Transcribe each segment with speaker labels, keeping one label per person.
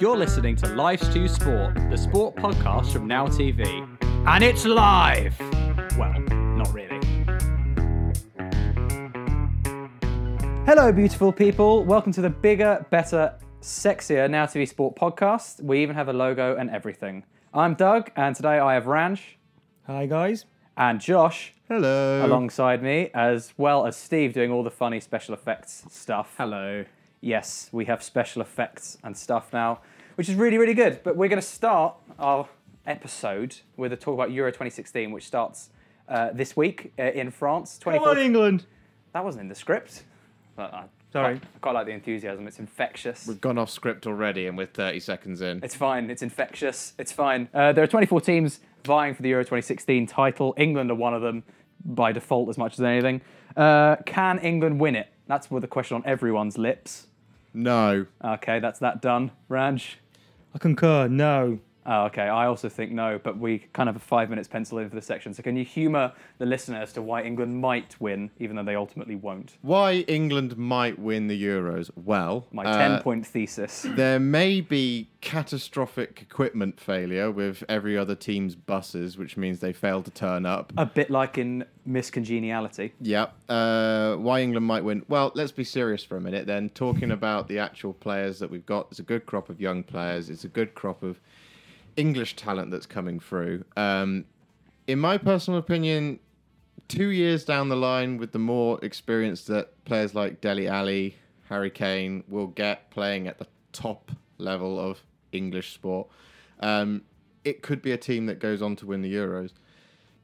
Speaker 1: You're listening to Life's Too Sport, the sport podcast from Now TV.
Speaker 2: And it's live!
Speaker 1: Well, not really. Hello, beautiful people. Welcome to the bigger, better, sexier Now TV Sport podcast. We even have a logo and everything. I'm Doug, and today I have Ranch
Speaker 2: Hi, guys.
Speaker 1: and Josh
Speaker 3: Hello.
Speaker 1: alongside me, as well as Steve doing all the funny special effects stuff. Hello. Yes, we have special effects and stuff now, which is really, really good. But we're going to start our episode with a talk about Euro 2016, which starts uh, this week uh, in France.
Speaker 2: Come on,
Speaker 1: 24th
Speaker 2: England.
Speaker 1: That wasn't in the script. But I,
Speaker 2: Sorry.
Speaker 1: I quite like the enthusiasm, it's infectious.
Speaker 3: We've gone off script already and we're 30 seconds in.
Speaker 1: It's fine. It's infectious. It's fine. Uh, there are 24 teams vying for the Euro 2016 title. England are one of them by default, as much as anything. Uh, can England win it? That's what the question on everyone's lips.
Speaker 3: No.
Speaker 1: Okay, that's that done. Raj.
Speaker 2: I concur. No.
Speaker 1: Oh, okay, I also think no, but we kind of have five minutes penciled in for this section. So can you humour the listener as to why England might win, even though they ultimately won't?
Speaker 3: Why England might win the Euros? Well,
Speaker 1: My
Speaker 3: uh,
Speaker 1: 10-point thesis.
Speaker 3: there may be catastrophic equipment failure with every other team's buses, which means they fail to turn up.
Speaker 1: A bit like in Miss Congeniality.
Speaker 3: Yep. Uh, why England might win? Well, let's be serious for a minute then. Talking about the actual players that we've got, it's a good crop of young players. It's a good crop of English talent that's coming through. Um, in my personal opinion, two years down the line, with the more experience that players like Deli Ali, Harry Kane will get playing at the top level of English sport, um, it could be a team that goes on to win the Euros.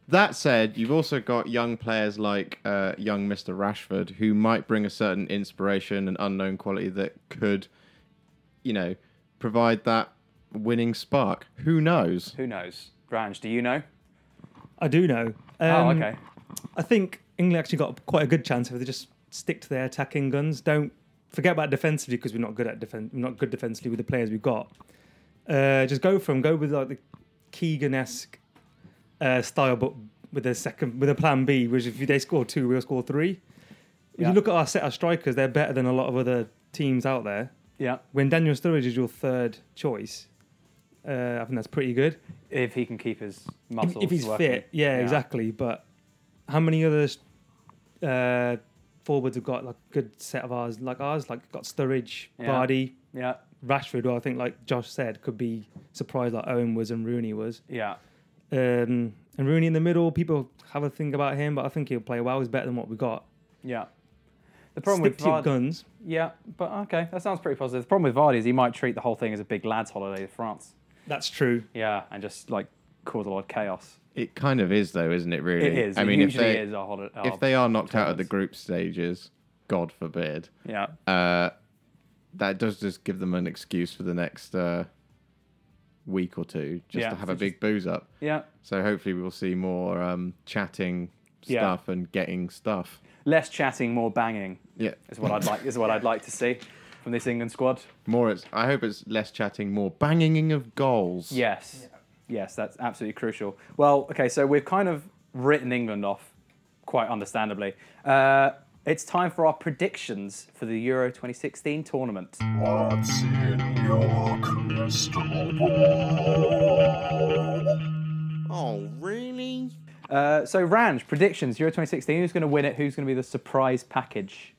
Speaker 3: That said, you've also got young players like uh, young Mr. Rashford, who might bring a certain inspiration and unknown quality that could, you know, provide that winning spark. Who knows?
Speaker 1: Who knows? Ranj, do you know?
Speaker 2: I do know.
Speaker 1: Oh,
Speaker 2: Um,
Speaker 1: okay.
Speaker 2: I think England actually got quite a good chance if they just stick to their attacking guns. Don't forget about defensively because we're not good at defense. We're not good defensively with the players we've got. Uh, just go from go with like the Keegan-esque uh, style, but with a second with a plan B, which if they score two, we'll score three. If
Speaker 1: Yeah.
Speaker 2: you look at our set of strikers, they're better than a lot of other teams out there.
Speaker 1: Yeah.
Speaker 2: When Daniel Sturridge is your third choice, uh, I think that's pretty good.
Speaker 1: If he can keep his
Speaker 2: If,
Speaker 1: muscles
Speaker 2: if he's
Speaker 1: working.
Speaker 2: fit, yeah, exactly. But how many other uh, forwards have got like good set of ours, like ours, like got Sturridge,
Speaker 1: Yeah.
Speaker 2: Vardy,
Speaker 1: Yeah,
Speaker 2: Rashford, who I think, like Josh said, could be surprised like Owen was and Rooney was.
Speaker 1: yeah.
Speaker 2: Um, and Rooney in the middle, people have a think about him, but I think he'll play well. He's better than what we got.
Speaker 1: Yeah. The problem
Speaker 2: Stick
Speaker 1: with
Speaker 2: to your
Speaker 1: Vardy,
Speaker 2: guns.
Speaker 1: yeah, but okay, that sounds pretty positive. The problem with Vardy is he might treat the whole thing as a big lads' holiday to France.
Speaker 2: That's true.
Speaker 1: Yeah, and just like cause a lot of chaos.
Speaker 3: It kind of is, though, isn't it? Really?
Speaker 1: It is.
Speaker 3: I
Speaker 1: it
Speaker 3: mean, if
Speaker 1: usually
Speaker 3: they
Speaker 1: is oh, our holiday.
Speaker 3: if they are knocked out of the
Speaker 1: tournaments.
Speaker 3: group stages, God forbid,
Speaker 1: yeah,
Speaker 3: uh, that does just give them an excuse for the next uh, week or two just
Speaker 1: Yeah,
Speaker 3: to have
Speaker 1: so
Speaker 3: a big booze up.
Speaker 1: yeah,
Speaker 3: So hopefully we will see more um, chatting
Speaker 1: Yeah.
Speaker 3: stuff and getting stuff.
Speaker 1: less chatting, more banging
Speaker 3: Yeah,
Speaker 1: is what I'd like. Is what I'd like to see from this England squad.
Speaker 3: more. It's I hope it's less chatting, more banging of goals.
Speaker 1: Yes. Yes, that's absolutely crucial. Well, okay, so we've kind of written England off, quite understandably. Uh, it's time for our predictions for the Euro 2016 tournament.
Speaker 4: What's in your crystal ball?
Speaker 3: Oh really?
Speaker 1: Uh, so, Ranj, predictions Euro 2016. Who's going to win it? Who's going to be the surprise package?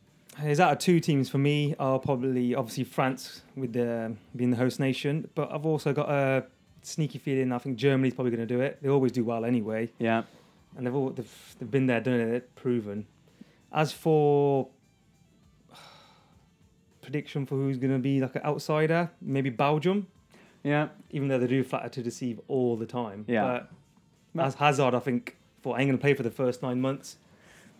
Speaker 2: Is out of two teams for me are probably obviously France with the, being the host nation, but I've also got a sneaky feeling I think Germany's probably going to do it. They always do well anyway,
Speaker 1: Yeah.
Speaker 2: and they've all they've, they've been there, done it, they've proven. As for prediction for who's going to be like an outsider, maybe Belgium,
Speaker 1: Yeah.
Speaker 2: even though they do flatter to deceive all the time.
Speaker 1: Yeah.
Speaker 2: But as Hazard, I think for England play for the first nine months,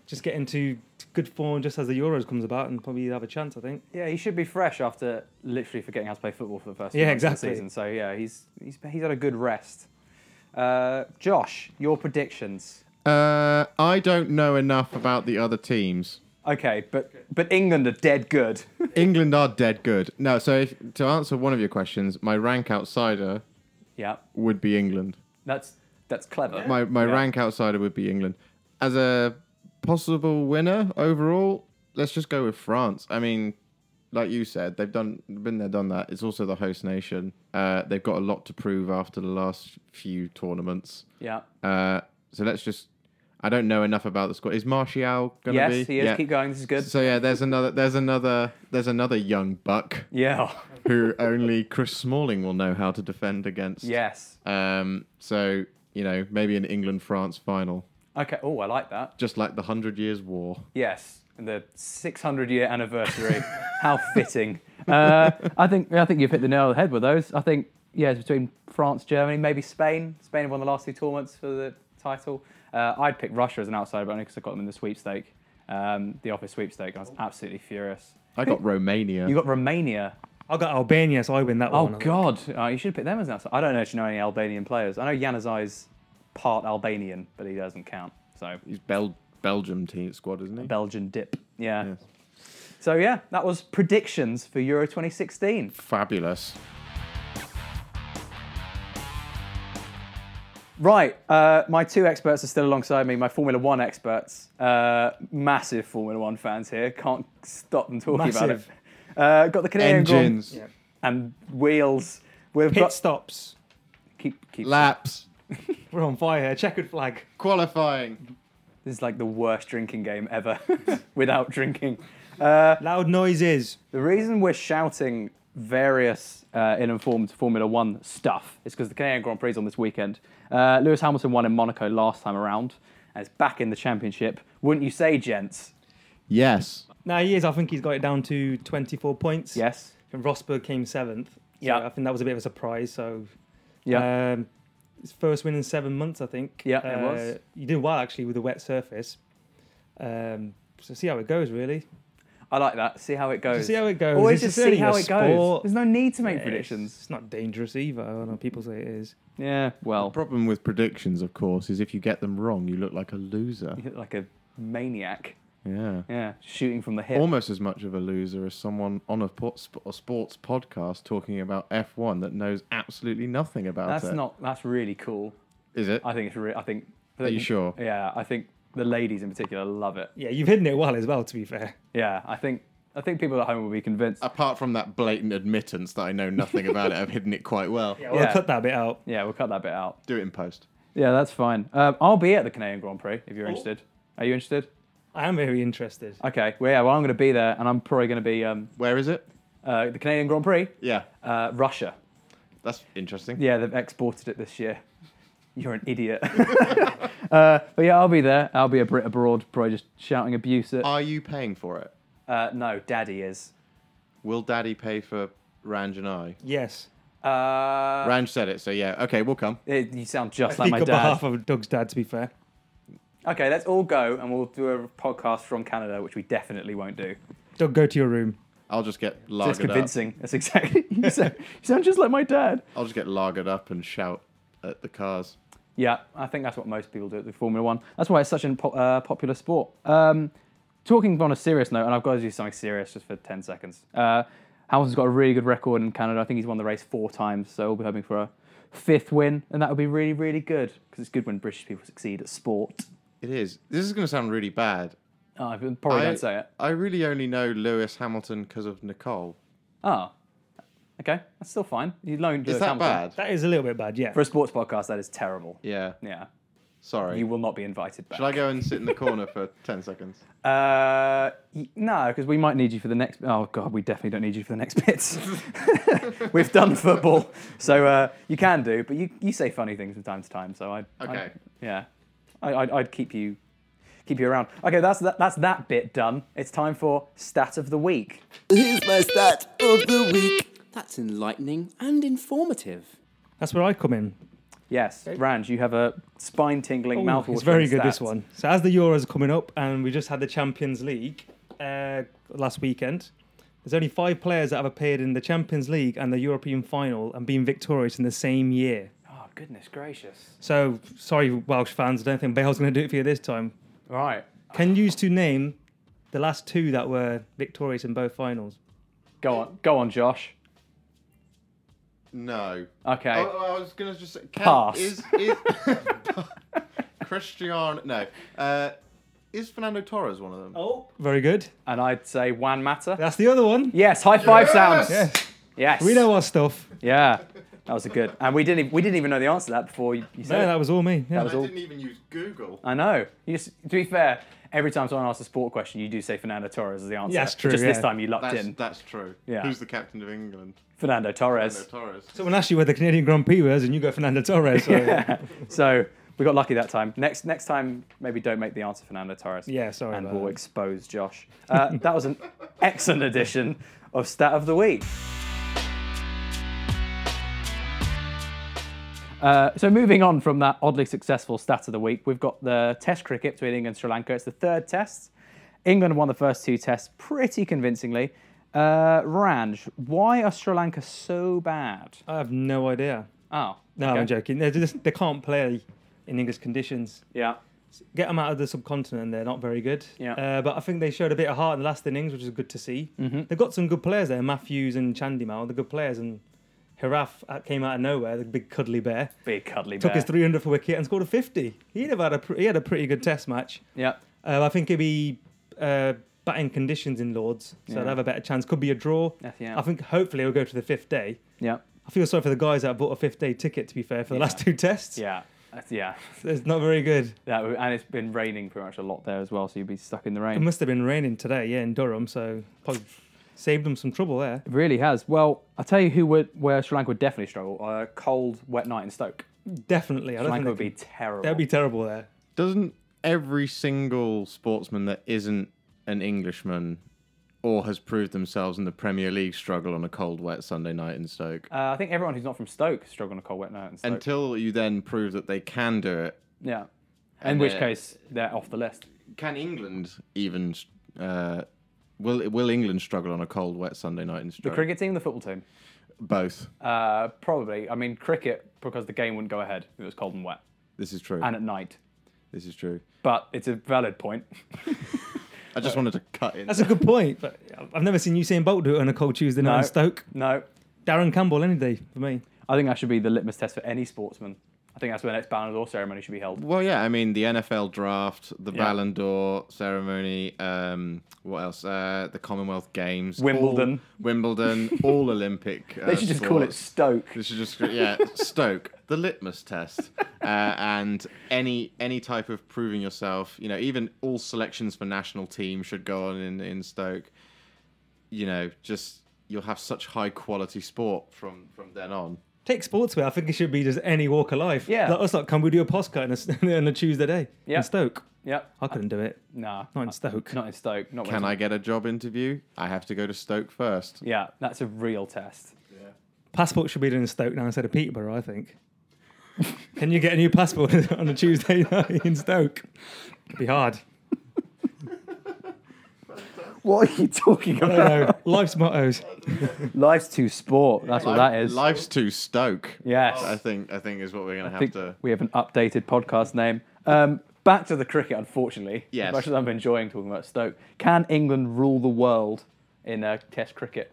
Speaker 2: just get into good form just as the Euros comes about and probably have a chance. I think.
Speaker 1: Yeah, he should be fresh after literally forgetting how to play football for the first
Speaker 2: Yeah,
Speaker 1: few months of the
Speaker 2: exactly.
Speaker 1: season. So, yeah, he's, he's, he's had a good rest. Uh, Josh, your predictions.
Speaker 3: Uh, I don't know enough about the other teams.
Speaker 1: Okay, but, but England are dead good.
Speaker 3: England are dead good. No, so if, to answer one of your questions, my rank outsider
Speaker 1: yeah.
Speaker 3: would be England.
Speaker 1: That's that's clever.
Speaker 3: My my
Speaker 1: Yeah.
Speaker 3: rank outsider would be England. As a possible winner overall, let's just go with France. I mean, like you said, they've done been there, done that. It's also the host nation. Uh, they've got a lot to prove after the last few tournaments.
Speaker 1: Yeah.
Speaker 3: Uh, so let's just. I don't know enough about the squad. Is Martial going to
Speaker 1: yes,
Speaker 3: be?
Speaker 1: he is.
Speaker 3: Yeah.
Speaker 1: Keep going. This is good.
Speaker 3: So yeah, there's another, there's another, there's another young buck
Speaker 1: yeah.
Speaker 3: who only Chris Smalling will know how to defend against.
Speaker 1: Yes.
Speaker 3: Um. So you know, maybe an England France final,
Speaker 1: Okay. Oh, I like that.
Speaker 3: just like the Hundred Years' War.
Speaker 1: Yes, and the 600 year anniversary. How fitting. Uh, I think I think you've hit the nail on the head with those. I think yeah, it's between France, Germany, maybe Spain. Spain have won the last two tournaments for the title. Uh, I'd pick Russia as an outsider, but only because I got them in the sweepstake, um, the office sweepstake. I was absolutely furious.
Speaker 3: I got Romania.
Speaker 1: You got Romania.
Speaker 2: I got Albania, so I win that
Speaker 1: Oh
Speaker 2: one.
Speaker 1: God, uh, you should have picked them as an outsider. I don't know if you know any Albanian players. I know Januzaj's part Albanian, but he doesn't count. So
Speaker 3: He's Bel- Belgium team squad, isn't he?
Speaker 1: Belgian dip. Yeah.
Speaker 3: Yes.
Speaker 1: So yeah, that was predictions for Euro 2016.
Speaker 3: Fabulous.
Speaker 1: Right, uh, my two experts are still alongside me. My Formula One experts, uh, massive Formula One fans here. Can't stop them talking
Speaker 2: Massive.
Speaker 1: about it. Uh, got the Canadian Grand-
Speaker 3: Engines,
Speaker 2: Yeah.
Speaker 1: and wheels. We've
Speaker 2: Pit
Speaker 1: got
Speaker 2: stops.
Speaker 1: keep keep.
Speaker 3: laps,
Speaker 2: We're on fire. Checkered flag.
Speaker 3: qualifying.
Speaker 1: This is like the worst drinking game ever, without drinking.
Speaker 2: Loud noises.
Speaker 1: The reason we're shouting various uh, ill-informed Formula One stuff is because the Canadian Grand Prix is on this weekend. Uh, Lewis Hamilton won in Monaco last time around, and is back in the championship. Wouldn't you say, gents?
Speaker 3: Yes.
Speaker 2: Now he is. I think he's got it down to 24 points.
Speaker 1: Yes.
Speaker 2: And Rosberg came seventh. So
Speaker 1: Yeah.
Speaker 2: I think that was a bit of a surprise. So
Speaker 1: Yeah.
Speaker 2: Um, his first win in seven months, I think.
Speaker 1: Yeah, it was.
Speaker 2: You did well actually with a wet surface. Um, so see how it goes, really.
Speaker 1: I like that. See how it goes.
Speaker 2: see how it goes.
Speaker 1: Always
Speaker 2: It's
Speaker 1: just
Speaker 2: just
Speaker 1: see
Speaker 2: really
Speaker 1: how
Speaker 2: a
Speaker 1: it goes.
Speaker 2: sport.
Speaker 1: There's no need to make
Speaker 2: Yeah, It's,
Speaker 1: predictions.
Speaker 2: it's not dangerous either. I don't know. People say it is.
Speaker 1: Yeah. Well,
Speaker 3: Problem with predictions, of course, is if you get them wrong, you look like a loser.
Speaker 1: like a maniac.
Speaker 3: Yeah.
Speaker 1: Yeah. Shooting from the hip.
Speaker 3: Almost as much of a loser as someone on a, po- sp- a sports podcast talking about F1 that knows absolutely nothing about
Speaker 1: that's
Speaker 3: it.
Speaker 1: not. That's really cool.
Speaker 3: Is it?
Speaker 1: I think it's. Re- I think.
Speaker 3: Are you sure?
Speaker 1: Yeah. I think the ladies in particular love it.
Speaker 2: Yeah, you've hidden it well as well. To be fair.
Speaker 1: Yeah. I think. I think people at home will be convinced.
Speaker 3: Apart from that blatant admittance that I know nothing about it, I've hidden it quite well.
Speaker 2: Yeah, we'll
Speaker 1: Yeah.
Speaker 2: cut that bit out.
Speaker 1: Yeah, we'll cut that bit out.
Speaker 3: Do it in post.
Speaker 1: Yeah, that's fine. Um, I'll be at the Canadian Grand Prix if you're interested. Are you interested?
Speaker 2: I am very interested.
Speaker 1: Okay. Well, yeah. Well, I'm going to be there, and I'm probably going to be um,
Speaker 3: Where is it?
Speaker 1: uh, the Canadian Grand Prix,
Speaker 3: Yeah.
Speaker 1: uh, Russia.
Speaker 3: That's interesting.
Speaker 1: Yeah, they've exported it this year. You're an idiot. uh, but yeah, I'll be there. I'll be a Brit abroad, probably just shouting abuse at.
Speaker 3: Are you paying for it?
Speaker 1: Uh, no, Daddy is.
Speaker 3: Will Daddy pay for Ranj and I?
Speaker 2: Yes.
Speaker 1: Uh,
Speaker 3: Ranj said it, so yeah. Okay, we'll come.
Speaker 1: it- you sound just like
Speaker 2: Speak
Speaker 1: my
Speaker 2: on
Speaker 1: dad.
Speaker 2: behalf of Doug's dad. To be fair.
Speaker 1: Okay, let's all go, and we'll do a podcast from Canada, which we definitely won't do.
Speaker 2: Doug, go to your room.
Speaker 3: I'll just get
Speaker 1: That's
Speaker 3: lagered up.
Speaker 1: convincing. That's exactly. You sound, you sound just like my dad.
Speaker 3: I'll just get lagered up and shout at the cars.
Speaker 1: Yeah, I think that's what most people do at the Formula One. That's why it's such a po- uh, popular sport. Um, talking on a serious note, and I've got to do something serious just for 10 seconds. Uh, Hamilton's got a really good record in Canada. I think he's won the race four times, so we'll be hoping for a fifth win, and that would be really, really good because it's good when British people succeed at sport.
Speaker 3: It is. This is going to sound really bad.
Speaker 1: Oh, I probably don't say it.
Speaker 3: I really only know Lewis Hamilton because of Nicole.
Speaker 1: Oh, okay, that's still fine. You loaned
Speaker 3: Is
Speaker 1: Lewis
Speaker 3: that
Speaker 1: Hamilton.
Speaker 3: bad?
Speaker 2: That is a little bit bad. Yeah.
Speaker 1: For a sports podcast, that is terrible.
Speaker 3: Yeah.
Speaker 1: Yeah,
Speaker 3: Sorry.
Speaker 1: you will not be invited back.
Speaker 3: Should I go and sit in the corner for 10 seconds?
Speaker 1: Uh, y- no, because we might need you for the next. Oh God, we definitely don't need you for the next bits. We've done football, so uh, you can do, but you, you say funny things from time to time. So I
Speaker 3: Okay.
Speaker 1: yeah, I, I'd, I'd keep you keep you around. Okay, that's that, that's that bit done. It's time for stat of the week.
Speaker 5: Here's my stat of the week. That's enlightening and informative.
Speaker 2: That's where I come in.
Speaker 1: Yes, Rand, you have a spine tingling
Speaker 2: Ooh,
Speaker 1: mouthful.
Speaker 2: It's very good this one. So as the Euros are coming up, and we just had the Champions League uh, last weekend. There's only five players that have appeared in the Champions League and the European final and been victorious in the same year.
Speaker 1: Oh goodness gracious!
Speaker 2: So sorry, Welsh fans, I don't think Bale's going to do it for you this time.
Speaker 1: All right,
Speaker 2: Can you to name the last two that were victorious in both finals?
Speaker 1: go on, go on, Josh.
Speaker 3: No.
Speaker 1: Okay,
Speaker 3: Oh, I was going to just say. Can,
Speaker 1: Pass.
Speaker 3: Is, is Cristiano. No. Uh, is Fernando Torres one of them?
Speaker 2: Oh, very good.
Speaker 1: And I'd say Juan Mata.
Speaker 2: That's the other one.
Speaker 1: Yes, high five sounds.
Speaker 2: Yeah.
Speaker 1: Yes.
Speaker 2: We know our stuff.
Speaker 1: Yeah, that was a good. And we didn't. e- We didn't even know the answer to that before you you said.
Speaker 2: No,
Speaker 1: it.
Speaker 2: that was all me. Yeah.
Speaker 1: was
Speaker 3: I
Speaker 1: all-
Speaker 3: didn't even use Google.
Speaker 1: I know. You just, to be fair, every time someone asks a sport question, you do say Fernando Torres is the answer.
Speaker 2: Yeah, that's true,
Speaker 1: Just this
Speaker 2: yeah.
Speaker 1: time you lucked
Speaker 3: That's,
Speaker 1: in
Speaker 3: that's true.
Speaker 1: Yeah.
Speaker 3: Who's the captain of England?
Speaker 1: Fernando Torres.
Speaker 3: Fernando Torres.
Speaker 2: Someone asked you where the Canadian Grand Prix was, and you go Fernando Torres. So, yeah.
Speaker 1: So we got lucky that time. Next next time, maybe don't make the answer Fernando Torres.
Speaker 2: sorry.
Speaker 1: and
Speaker 2: about
Speaker 1: we'll
Speaker 2: that.
Speaker 1: expose Josh. Uh, that was an excellent edition of Stat of the Week. Uh, so moving on from that oddly successful stat of the week, we've got the Test cricket between England and Sri Lanka. It's the third Test. England won the first two Tests pretty convincingly. Uh, Ranj, why are Sri Lanka so bad?
Speaker 2: I have no idea.
Speaker 1: Oh,
Speaker 2: No,
Speaker 1: okay.
Speaker 2: I'm joking. They just they can't play in English conditions.
Speaker 1: Yeah,
Speaker 2: Get them out of the subcontinent, and they're not very good.
Speaker 1: Yeah.
Speaker 2: Uh, but I think they showed a bit of heart in the last innings, which is good to see.
Speaker 1: Mm-hmm.
Speaker 2: They've got some good players there. Matthews and Chandimal, they're good players, and Hiraf uh, came out of nowhere, the big cuddly bear.
Speaker 1: big cuddly
Speaker 2: Took
Speaker 1: bear.
Speaker 2: his 300th wicket and scored a 50. He'd have had a pr- he had a pretty good Test match.
Speaker 1: Yeah,
Speaker 2: Uh, I think it'd be uh, batting conditions in Lords, so
Speaker 1: Yeah.
Speaker 2: they'd have a better chance. Could be a draw.
Speaker 1: yeah.
Speaker 2: I think hopefully it'll go to the fifth day.
Speaker 1: yeah,
Speaker 2: I feel sorry for the guys that bought a fifth day ticket, to be fair, for the last two tests.
Speaker 1: yeah, That's- yeah.
Speaker 2: It's not very good.
Speaker 1: That, w- and it's been raining pretty much a lot there as well, so you'd be stuck in the
Speaker 2: It
Speaker 1: rain.
Speaker 2: must have been raining today, yeah, in Durham, so probably saved them some trouble there.
Speaker 1: It really has. Well, I'll tell you who would, where Sri Lanka would definitely struggle. A cold, wet night in Stoke.
Speaker 2: Definitely. I
Speaker 1: Sri
Speaker 2: don't
Speaker 1: Lanka
Speaker 2: think
Speaker 1: would
Speaker 2: they
Speaker 1: be
Speaker 2: could-
Speaker 1: terrible.
Speaker 2: That'd be terrible there.
Speaker 3: Doesn't every single sportsman that isn't an Englishman or has proved themselves in the Premier League struggle on a cold, wet Sunday night in Stoke?
Speaker 1: uh, I think everyone who's not from Stoke struggles on a cold, wet night in Stoke.
Speaker 3: Until you then prove that they can do it.
Speaker 1: yeah. In
Speaker 3: and,
Speaker 1: which
Speaker 3: uh,
Speaker 1: case, they're off the list.
Speaker 3: Can England even? Uh, will Will England struggle on a cold, wet Sunday night in Stoke?
Speaker 1: The cricket team, the football team?
Speaker 3: Both.
Speaker 1: Uh, probably. I mean, cricket, because the game wouldn't go ahead if it was cold and wet
Speaker 3: This is true.
Speaker 1: and at night.
Speaker 3: This is true.
Speaker 1: But it's a valid point. Uh,
Speaker 3: I just wanted to cut in.
Speaker 2: That's a good point, but I've never seen Usain Bolt do it on a cold Tuesday night
Speaker 1: No.
Speaker 2: in Stoke.
Speaker 1: No,
Speaker 2: Darren Campbell any day for me.
Speaker 1: I think that should be the litmus test for any sportsman. I think that's where the next Ballon d'Or ceremony should be held.
Speaker 3: Well, yeah, I mean the NFL draft, the Ballon d'Or ceremony, um, what else? Uh, the Commonwealth Games, all-
Speaker 1: Wimbledon.
Speaker 3: Wimbledon, all Olympic. Uh,
Speaker 1: They should just call it
Speaker 3: sports.
Speaker 1: Stoke.
Speaker 3: They should just yeah, Stoke, the litmus test, uh, and any any type of proving yourself. You know, even all selections for national team should go on in in Stoke. You know, just you'll have such high quality sport from from then on.
Speaker 2: Take sportswear. I think it should be just any walk of life.
Speaker 1: Yeah.
Speaker 2: Like us, like, can we do a postcard on a, s- on a Tuesday day
Speaker 1: Yeah.
Speaker 2: in Stoke?
Speaker 1: Yep.
Speaker 2: I couldn't do it.
Speaker 1: Nah.
Speaker 2: Not in Stoke.
Speaker 1: Not in Stoke. Not when
Speaker 3: Can
Speaker 1: it's-
Speaker 3: I get a job interview? I have to go to Stoke first.
Speaker 1: Yeah, that's a real test.
Speaker 2: Passport should be done in Stoke now instead of Peterborough, I think. Can you get a new passport on a Tuesday night in Stoke? It'd be hard.
Speaker 1: What are you talking
Speaker 2: I don't know. Life's mottos.
Speaker 1: Life's too sport. That's what that is.
Speaker 3: Life's too Stoke.
Speaker 1: Yes.
Speaker 3: I think I think is what we're gonna have
Speaker 1: I think
Speaker 3: to.
Speaker 1: we have an updated podcast name. Um, back to the cricket, unfortunately.
Speaker 3: Yes.
Speaker 1: As much as I'm enjoying talking about Stoke, can England rule the world in uh, Test cricket?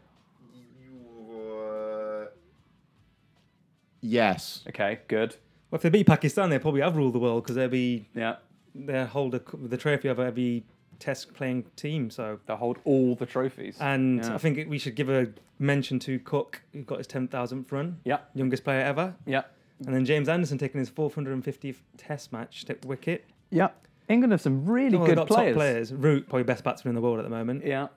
Speaker 3: Yes.
Speaker 1: Okay, good.
Speaker 2: Well, if they beat Pakistan, they probably have ruled the world because they'll be
Speaker 1: Yeah,
Speaker 2: they hold a cu- the trophy of every Test playing team. So,
Speaker 1: they'll hold all the trophies.
Speaker 2: and
Speaker 1: Yeah.
Speaker 2: I think we should give a mention to Cook, who got his ten thousandth run,
Speaker 1: yeah,
Speaker 2: youngest player ever,
Speaker 1: yeah,
Speaker 2: and then James Anderson taking his four hundred and fiftieth Test match take wicket.
Speaker 1: yeah. England have some really
Speaker 2: Oh, they've
Speaker 1: good
Speaker 2: got
Speaker 1: players.
Speaker 2: top players. Root probably best batsman in the world at the moment.
Speaker 1: Yeah,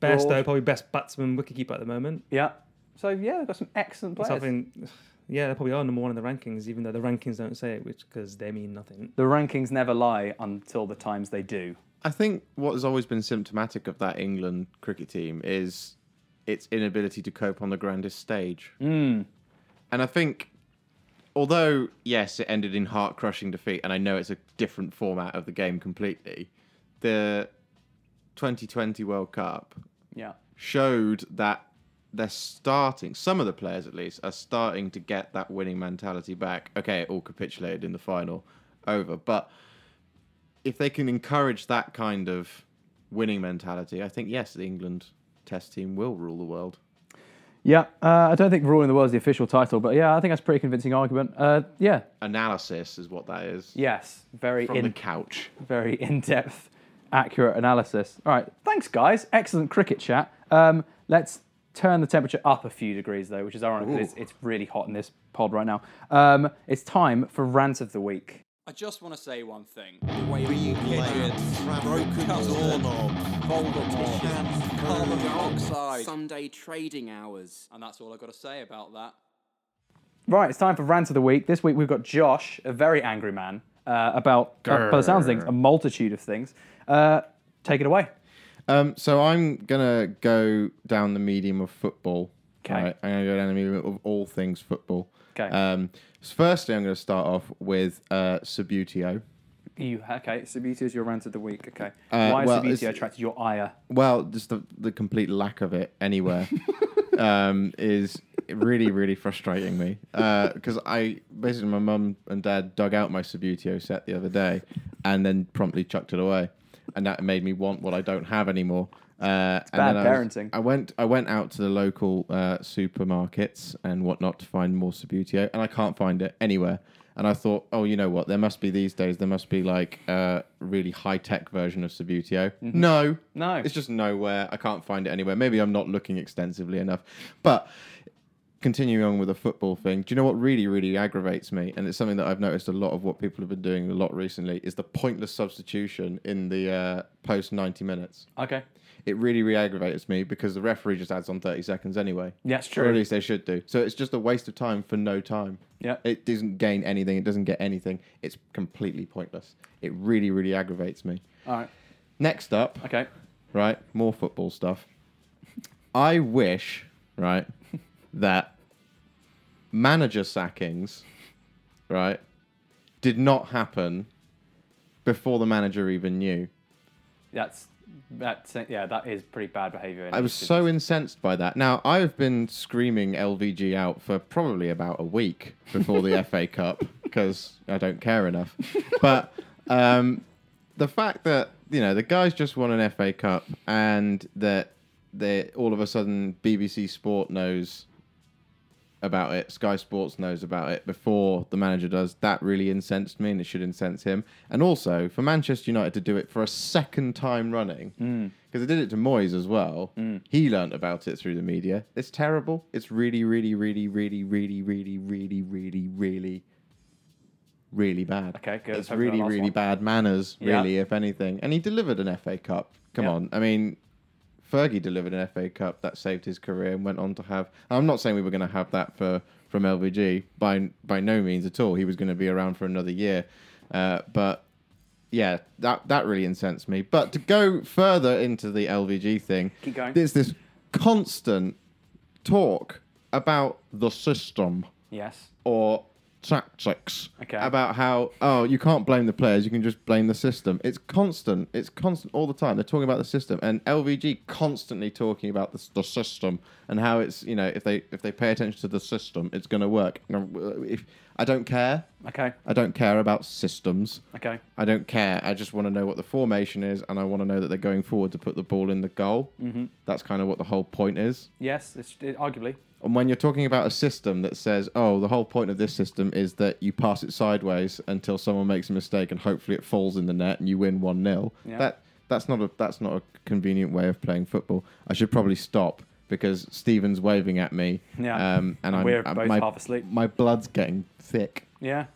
Speaker 2: Bairstow
Speaker 1: Broad.
Speaker 2: probably best batsman wicketkeeper at the moment.
Speaker 1: yeah. So yeah, they've got some excellent players.
Speaker 2: So I think, yeah, they probably are number one in the rankings, even though the rankings don't say it, which because they mean nothing.
Speaker 1: The rankings never lie until the times they do.
Speaker 3: I think what has always been symptomatic of that England cricket team is its inability to cope on the grandest stage. And I think, although yes, it ended in heart-crushing defeat, and I know it's a different format of the game completely, the 2020 World Cup
Speaker 1: Yeah.
Speaker 3: showed that they're starting some of the players at least are starting to get that winning mentality back okay it all capitulated in the final over but if they can encourage that kind of winning mentality i think yes the england test team will rule the world
Speaker 1: Yeah, uh, I don't think ruling the world is the official title, but yeah, I think that's a pretty convincing argument. Uh, yeah,
Speaker 3: analysis is what that is
Speaker 1: yes, very
Speaker 3: from the
Speaker 1: in
Speaker 3: couch
Speaker 1: very in depth accurate analysis. All right, thanks, guys. Excellent cricket chat. Um, let's turn the temperature up a few degrees, though, which is ironic. 'cause It's, it's really hot in this pod right now. Um, it's time for rant of the week.
Speaker 6: I just want to say one thing. The way being broken doorknob, vulnerable, carbon dioxide.
Speaker 5: Sunday Mm. trading hours.
Speaker 6: And that's all I've got to say about that.
Speaker 1: Right, it's time for rant of the week. This week we've got Josh, a very angry man, uh, about, uh, by the sounds of things, a multitude of things. Uh, take it away.
Speaker 3: Um, so I'm gonna go down the medium of football.
Speaker 1: Okay.
Speaker 3: Right? I'm gonna go down the medium of all things football.
Speaker 1: Okay.
Speaker 3: Um, so firstly, I'm gonna start off with uh, Subutio.
Speaker 1: You okay? Subutio is your rant of the week. Okay.
Speaker 3: Uh,
Speaker 1: Why
Speaker 3: well,
Speaker 1: has Subutio
Speaker 3: it's-
Speaker 1: attracted your ire?
Speaker 3: Well, just the, the complete lack of it anywhere um, is really, really frustrating me. Because I basically, my mum and dad dug out my Subutio set the other day and then promptly chucked it away. And that made me want what I don't have anymore. Uh,
Speaker 1: bad
Speaker 3: and then I was-
Speaker 1: parenting.
Speaker 3: I went, I went out to the local uh, supermarkets and whatnot to find more Subutio, and I can't find it anywhere. And I thought, oh, you know what? There must be these days. There must be like a really high tech version of Subutio. No,
Speaker 1: No.
Speaker 3: it's just nowhere. I can't find it anywhere. Maybe I'm not looking extensively enough. But continuing on with the football thing, do you know what really, really aggravates me? And it's something that I've noticed a lot of what people have been doing a lot recently is the pointless substitution in the uh, post 90 minutes.
Speaker 1: Okay.
Speaker 3: It really, really aggravates me because the referee just adds on 30 seconds anyway.
Speaker 1: Yeah, it's
Speaker 3: Or at
Speaker 1: true.
Speaker 3: least they should do. So it's just a waste of time for no time.
Speaker 1: Yeah.
Speaker 3: It doesn't gain anything. It doesn't get anything. It's completely pointless. It really, really aggravates me.
Speaker 1: All right.
Speaker 3: Next up
Speaker 1: Okay.
Speaker 3: right? More football stuff. I wish, right, that manager sackings, right, did not happen before the manager even knew.
Speaker 1: That's that's yeah. That is pretty bad behaviour.
Speaker 3: I was so incensed by that. Now, I've been screaming LVG out for probably about a week before the FA Cup because I don't care enough. But um, the fact that, you know, the guys just won an FA Cup and that they all of a sudden BBC Sport knows about it, Sky Sports knows about it before the manager does, that really incensed me and it should incense him. And also for Manchester United to do it for a second time running,
Speaker 1: Hmm.
Speaker 3: because they did it to Moyes as well. He learnt about it through the media. It's terrible. It's really, really, really, really, really, really, really, really, really, really bad.
Speaker 1: Okay, good. Let's
Speaker 3: It's
Speaker 1: hope for the
Speaker 3: really,
Speaker 1: last
Speaker 3: really
Speaker 1: one.
Speaker 3: bad manners,
Speaker 1: Yeah.
Speaker 3: really, if anything. And he delivered an FA Cup. Come
Speaker 1: Yeah.
Speaker 3: on. I mean, Fergie delivered an FA Cup that saved his career and went on to have. I'm not saying we were going to have that for from LVG by by no means at all. He was going to be around for another year, uh, but yeah, that that really incensed me. But to go further into the LVG thing,
Speaker 1: Keep going.
Speaker 3: There's this constant talk about the system
Speaker 1: yes.
Speaker 3: or tactics
Speaker 1: Okay.
Speaker 3: about how oh you can't blame the players you can just blame the system it's constant it's constant all the time they're talking about the system and lvg constantly talking about the, the system and how it's you know if they if they pay attention to the system it's going to work No, if i don't care
Speaker 1: Okay.
Speaker 3: i don't care about systems
Speaker 1: Okay.
Speaker 3: I don't care. I just want to know what the formation is, and I want to know that they're going forward to put the ball in the goal. Mm-hmm. That's kind of what the whole point is.
Speaker 1: Yes. It's it, arguably.
Speaker 3: And when you're talking about a system that says, oh, the whole point of this system is that you pass it sideways until someone makes a mistake and hopefully it falls in the net and you win 1 0,
Speaker 1: Yeah.
Speaker 3: that, that's, not a, that's not a convenient way of playing football. I should probably stop because Steven's waving at me.
Speaker 1: Yeah.
Speaker 3: Um, and I'm,
Speaker 1: We're
Speaker 3: uh,
Speaker 1: both
Speaker 3: my,
Speaker 1: half asleep.
Speaker 3: My blood's getting thick.
Speaker 1: Yeah.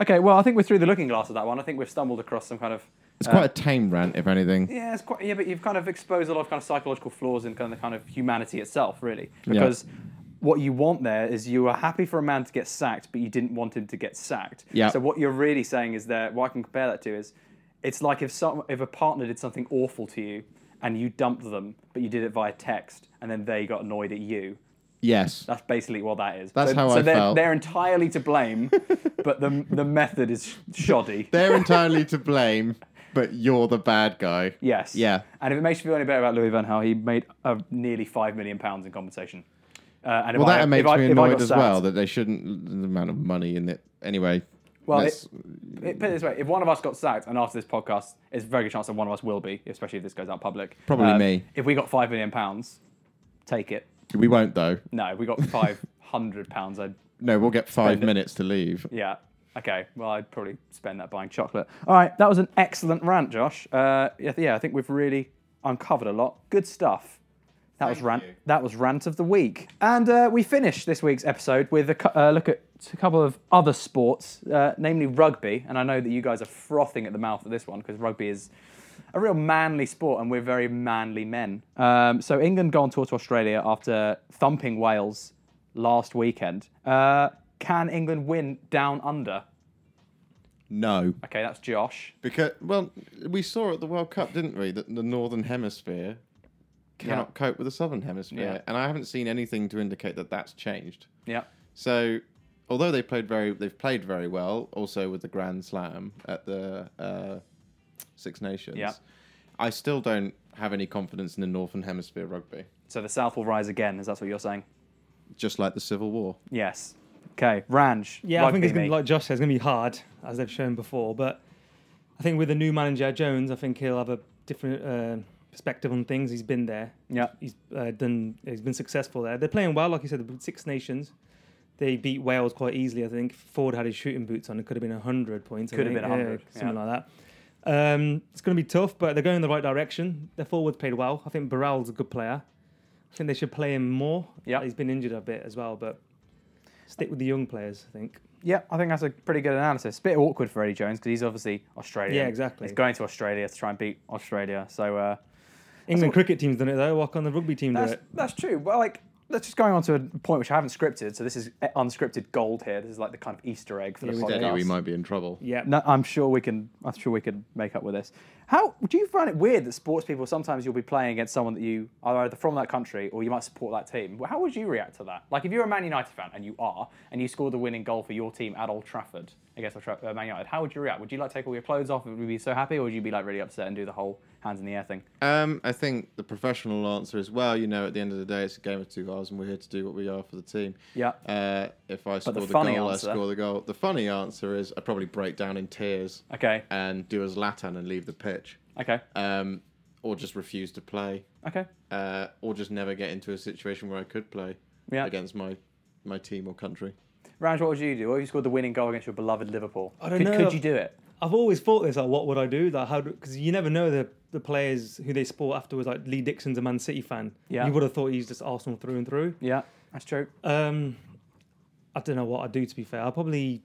Speaker 1: Okay. Well, I think we're through the looking glass of that one. I think we've stumbled across some kind of.
Speaker 3: It's
Speaker 1: uh,
Speaker 3: quite a tame rant, if anything.
Speaker 1: Yeah, it's quite. Yeah, but you've kind of exposed a lot of kind of psychological flaws in kind of the kind of humanity itself, really. Because what you want there is you are happy for a man to get sacked, but you didn't want him to get sacked.
Speaker 3: Yeah.
Speaker 1: So what you're really saying is that what I can compare that to is, it's like if some if a partner did something awful to you and you dumped them, but you did it via text, and then they got annoyed at you.
Speaker 3: Yes.
Speaker 1: That's basically what that is.
Speaker 3: That's
Speaker 1: so,
Speaker 3: how
Speaker 1: so
Speaker 3: I
Speaker 1: they're,
Speaker 3: felt.
Speaker 1: they're entirely to blame, but the the method is shoddy.
Speaker 3: They're entirely to blame, but you're the bad guy.
Speaker 1: Yes.
Speaker 3: Yeah.
Speaker 1: And if it makes you feel any better about Louis Van Gaal, he made uh, nearly five million pounds in compensation. Uh, and
Speaker 3: Well,
Speaker 1: if I,
Speaker 3: that makes
Speaker 1: if I-
Speaker 3: me
Speaker 1: if I
Speaker 3: annoyed
Speaker 1: got
Speaker 3: as
Speaker 1: sacked-
Speaker 3: well that they shouldn't the amount of money in it. Anyway,
Speaker 1: Well,
Speaker 3: let's-
Speaker 1: it, it- put it this way: if one of us got sacked, and after this podcast, it's a very good chance that one of us will be, especially if this goes out public. Uh,
Speaker 3: Probably me.
Speaker 1: If we got five million pounds, take it.
Speaker 3: we won't though.
Speaker 1: No, if we got five hundred pounds. I'd
Speaker 3: No, we'll get five
Speaker 1: Spend it.
Speaker 3: minutes to leave.
Speaker 1: yeah. Okay, well, I'd probably spend that buying chocolate. All right, that was an excellent rant, Josh. Uh, yeah, yeah, I think we've really uncovered a lot. Good stuff. That was
Speaker 3: Thank
Speaker 1: rant.
Speaker 3: you.
Speaker 1: That was rant of the week, and uh, we finish this week's episode with a cou- uh, look at a couple of other sports, uh, namely rugby. And I know that you guys are frothing at the mouth at this one because rugby is a real manly sport, and we're very manly men. Um, so England go on tour to Australia after thumping Wales last weekend. Uh, can England win down under?
Speaker 3: No.
Speaker 1: Okay, that's Josh.
Speaker 3: Because well, we saw at the World Cup, didn't we, that the Northern Hemisphere cannot cope with the Southern Hemisphere,
Speaker 1: Yeah.
Speaker 3: and I haven't seen anything to indicate that that's changed.
Speaker 1: Yeah.
Speaker 3: So, although they played very, they've played very well, also with the Grand Slam at the uh, Six Nations.
Speaker 1: Yeah.
Speaker 3: I still don't have any confidence in the Northern Hemisphere rugby,
Speaker 1: So the South will rise again. Is that what you're saying?
Speaker 3: just like the Civil War.
Speaker 1: Yes. Okay, Ranj.
Speaker 2: Yeah, I think
Speaker 1: rugby
Speaker 2: it's gonna
Speaker 1: meet.
Speaker 2: be like Josh said, it's gonna be hard, as they've shown before. But I think with the new manager Jones, I think he'll have a different uh, perspective on things. He's been there.
Speaker 1: Yeah.
Speaker 2: he's uh, done. He's been successful there. They're playing well, like you said. The Six Nations, they beat Wales quite easily. I think if Ford had his shooting boots on. It could have been hundred points. I
Speaker 1: Could have
Speaker 2: think.
Speaker 1: been 100,
Speaker 2: yeah, something like that. Um, it's going to be tough, but they're going in the right direction. Their forwards played well. I think Burrell's a good player. I think they should play him more.
Speaker 1: Yeah.
Speaker 2: he's been injured a bit as well, but stick with the young players. I think.
Speaker 1: Yeah, I think that's a pretty good analysis. Bit awkward for Eddie Jones because he's obviously Australian.
Speaker 2: Yeah, exactly.
Speaker 1: He's going to Australia to try and beat Australia. So uh,
Speaker 2: England cricket team's done it though. Why can't the rugby team do
Speaker 1: that's
Speaker 2: it?
Speaker 1: that's true. Well, like that's just going on to a point which I haven't scripted. So this is uh, unscripted gold here. This is like the kind of Easter egg for the
Speaker 2: we do.
Speaker 1: podcast.
Speaker 3: we might be in trouble.
Speaker 2: Yeah.
Speaker 1: No, I'm sure we can. I'm sure we could make up with this. How do you find it weird that sports people sometimes you'll be playing against someone that you are either from that country or you might support that team? How would you react to that? Like if you're a Man United fan and you are, and you scored the winning goal for your team at Old Trafford against Old Tra- uh, Man United, how would you react? Would you like take all your clothes off and would you be so happy, or would you be like really upset and do the whole hands in the air thing?
Speaker 3: Um, I think the professional answer is well, you know, at the end of the day, it's a game of two halves, and we're here to do what we are for the team.
Speaker 1: Yeah.
Speaker 3: Uh, if I score
Speaker 1: the
Speaker 3: the,
Speaker 1: funny
Speaker 3: goal,
Speaker 1: answer-
Speaker 3: I score the goal. The funny answer is I probably break down in tears
Speaker 1: Okay.
Speaker 3: and do as Latan and leave the pitch,
Speaker 1: Okay.
Speaker 3: um, or just refuse to play,
Speaker 1: Okay.
Speaker 3: uh, or just never get into a situation where I could play
Speaker 1: Yeah.
Speaker 3: against my my team or country.
Speaker 1: Raj, what would you do? What if you scored the winning goal against your beloved Liverpool?
Speaker 2: I don't
Speaker 1: could,
Speaker 2: know.
Speaker 1: Could you do it?
Speaker 2: I've always thought this. Like, what would I do? Like, how? Because you never know the the players who they support afterwards. Like Lee Dixon's a Man City fan.
Speaker 1: Yeah.
Speaker 2: You would have thought he's just Arsenal through and through.
Speaker 1: Yeah, that's true.
Speaker 2: Um, I don't know what I'd do. To be fair, I probably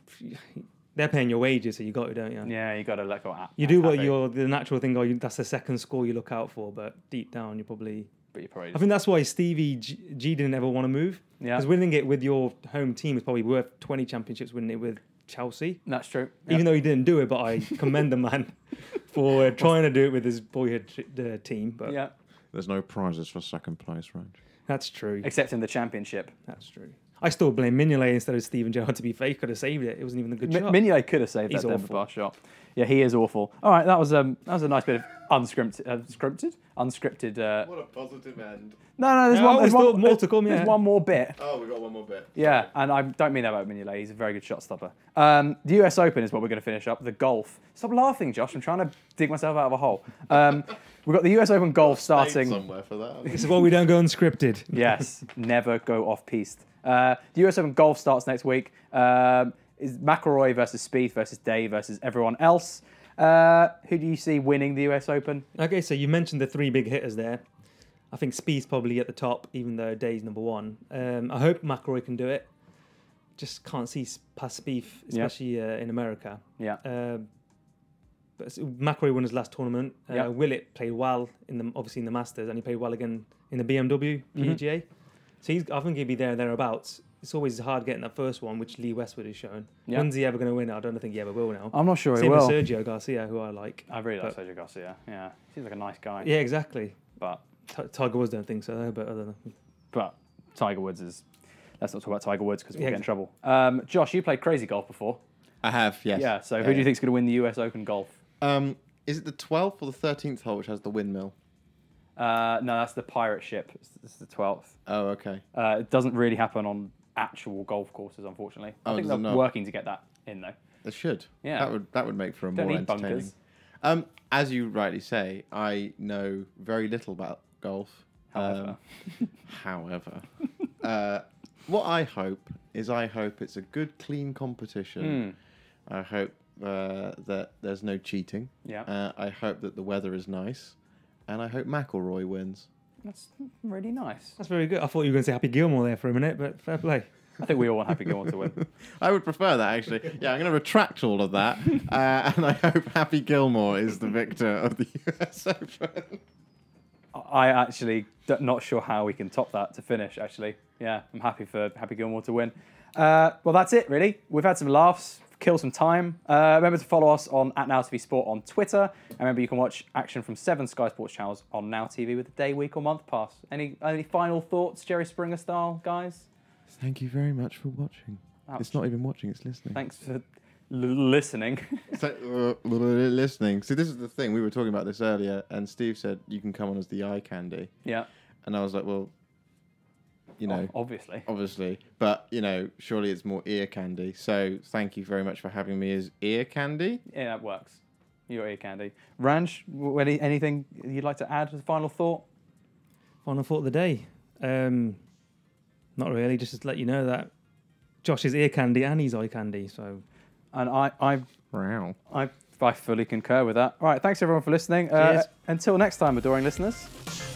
Speaker 2: they're paying your wages, so you got to, don't you?
Speaker 1: Yeah, you got to let go.
Speaker 2: You do what you're the natural thing, or you, that's the second score you look out for. But deep down, you probably.
Speaker 1: But you probably.
Speaker 2: I think that's why Stevie G, G didn't ever want to move.
Speaker 1: Yeah.
Speaker 2: Because winning it with your home team is probably worth twenty championships. Winning it with Chelsea.
Speaker 1: that's true.
Speaker 2: even though he didn't do it. But I commend the man for trying to do it with his boyhood uh, team. But
Speaker 1: Yeah.
Speaker 3: There's no prizes for second place, range.
Speaker 2: that's true.
Speaker 1: Except in the championship.
Speaker 2: That's true. I still blame Mignolet instead of Steven Gerrard. To be fair, he could have saved it. It wasn't even a good
Speaker 1: Mi-
Speaker 2: shot.
Speaker 1: Mignolet could have saved
Speaker 2: He's
Speaker 1: that Denver
Speaker 2: awful.
Speaker 1: bar shot. Yeah, he is awful. All right, that was um, that was a nice bit of unscripted, uh, scripted, unscripted. Uh,
Speaker 3: What a positive end.
Speaker 1: no, no, there's
Speaker 2: Yeah, I
Speaker 1: one
Speaker 2: always
Speaker 1: there's one-
Speaker 2: thought more to come,
Speaker 1: There's
Speaker 2: yeah.
Speaker 1: one more bit.
Speaker 3: Oh, we got one more bit.
Speaker 1: Yeah, and I don't mean that about Mignolet. He's a very good shot stopper. Um, the US Open is what we're going to finish up. The golf. Stop laughing, Josh. I'm trying to dig myself out of a hole. Um, we've got the US Open golf starting.
Speaker 3: somewhere for that.
Speaker 2: this is why we don't go unscripted.
Speaker 1: Yes, never go off piste. Uh, the US Open golf starts next week. Um, is McElroy versus Spieth versus Day versus everyone else. Uh, who do you see winning the US Open?
Speaker 2: Okay, so you mentioned the three big hitters there. I think Speed's probably at the top, even though Day's number one. Um, I hope McElroy can do it. Just can't see s- past Spieth, especially uh, in America.
Speaker 1: Yeah,
Speaker 2: Um, but s- McElroy won his last tournament. Uh,
Speaker 1: Yeah.
Speaker 2: Willett played well in the obviously in the Masters, and he played well again in the BMW
Speaker 1: Mm-hmm.
Speaker 2: PGA. So he's, I think he'll be there thereabouts. It's always hard getting that first one, which Lee Westwood has shown.
Speaker 1: Yeah.
Speaker 2: When's he ever going to win? I don't think he ever will now.
Speaker 1: I'm not Uh, sure he
Speaker 2: Same
Speaker 1: will.
Speaker 2: with Sergio Garcia, who I like.
Speaker 1: I really like
Speaker 2: But-
Speaker 1: Sergio Garcia. Yeah, seems like a nice guy.
Speaker 2: Yeah, exactly.
Speaker 1: but
Speaker 2: T- Tiger Woods don't think so, though, but uh, other than
Speaker 1: but Tiger Woods is. Let's not talk about Tiger Woods because we'll
Speaker 2: Yeah,
Speaker 1: get in
Speaker 2: ex-
Speaker 1: trouble. Um, Josh, you played crazy golf before.
Speaker 3: I have, yes.
Speaker 1: Yeah. So who do you think's going to win the US Open golf?
Speaker 3: Um, is it the 12th or the 13th hole which has the windmill?
Speaker 1: Uh, no, that's the pirate ship. It's, it's the twelfth.
Speaker 3: Oh, okay.
Speaker 1: Uh, it doesn't really happen on actual golf courses, unfortunately. I
Speaker 3: Oh,
Speaker 1: think
Speaker 3: does
Speaker 1: they're
Speaker 3: it not?
Speaker 1: working to get that in though.
Speaker 3: It should.
Speaker 1: Yeah.
Speaker 3: That would that would make for a
Speaker 1: Don't
Speaker 3: more
Speaker 1: need
Speaker 3: entertaining.
Speaker 1: bunkers.
Speaker 3: Um, as you rightly say, I know very little about golf.
Speaker 1: However.
Speaker 3: Um, however, uh, what I hope is, I hope it's a good, clean competition I hope uh, that there's no cheating.
Speaker 1: Hmm. Yeah.
Speaker 3: Uh, I hope that the weather is nice, and I hope McElroy wins.
Speaker 1: That's really nice.
Speaker 2: That's very good. I thought you were going to say Happy Gilmore there for a minute, but fair play.
Speaker 1: I think we all want Happy Gilmore to win.
Speaker 3: I would prefer that actually. Yeah, I'm going to retract all of that, uh, and I hope Happy Gilmore is the victor of the U.S. Open.
Speaker 1: I actually d- not sure how we can top that to finish. Actually, yeah, I'm happy for Happy Gilmore to win. Uh, well, that's it really. We've had some laughs, kill some time. Uh, remember to follow us on at Now TV Sport on Twitter. And remember, you can watch action from seven Sky Sports channels on Now TV with a day, week, or month pass. Any any final thoughts, Jerry Springer style, guys?
Speaker 3: Thank you very much for watching. It's not even watching; it's listening.
Speaker 1: Thanks for l- listening.
Speaker 3: So, uh, listening. See, this is the thing. We were talking about this earlier, and Steve said you can come on as the eye candy,
Speaker 1: yeah,
Speaker 3: and I was like, well, you
Speaker 1: Oh,
Speaker 3: know,
Speaker 1: obviously.
Speaker 3: obviously, but you know, surely it's more ear candy. So, thank you very much for having me as ear candy.
Speaker 1: Yeah, that works. You're ear candy. Ranch, w- any, anything you'd like to add as a final thought?
Speaker 2: Final thought of the day. Um, not really. Just to let you know that Josh is ear candy and he's eye candy. So
Speaker 1: And I, I,
Speaker 3: Wow.
Speaker 1: I, I fully concur with that. All right, thanks everyone for listening. Uh,
Speaker 2: Cheers.
Speaker 1: until next time, adoring listeners.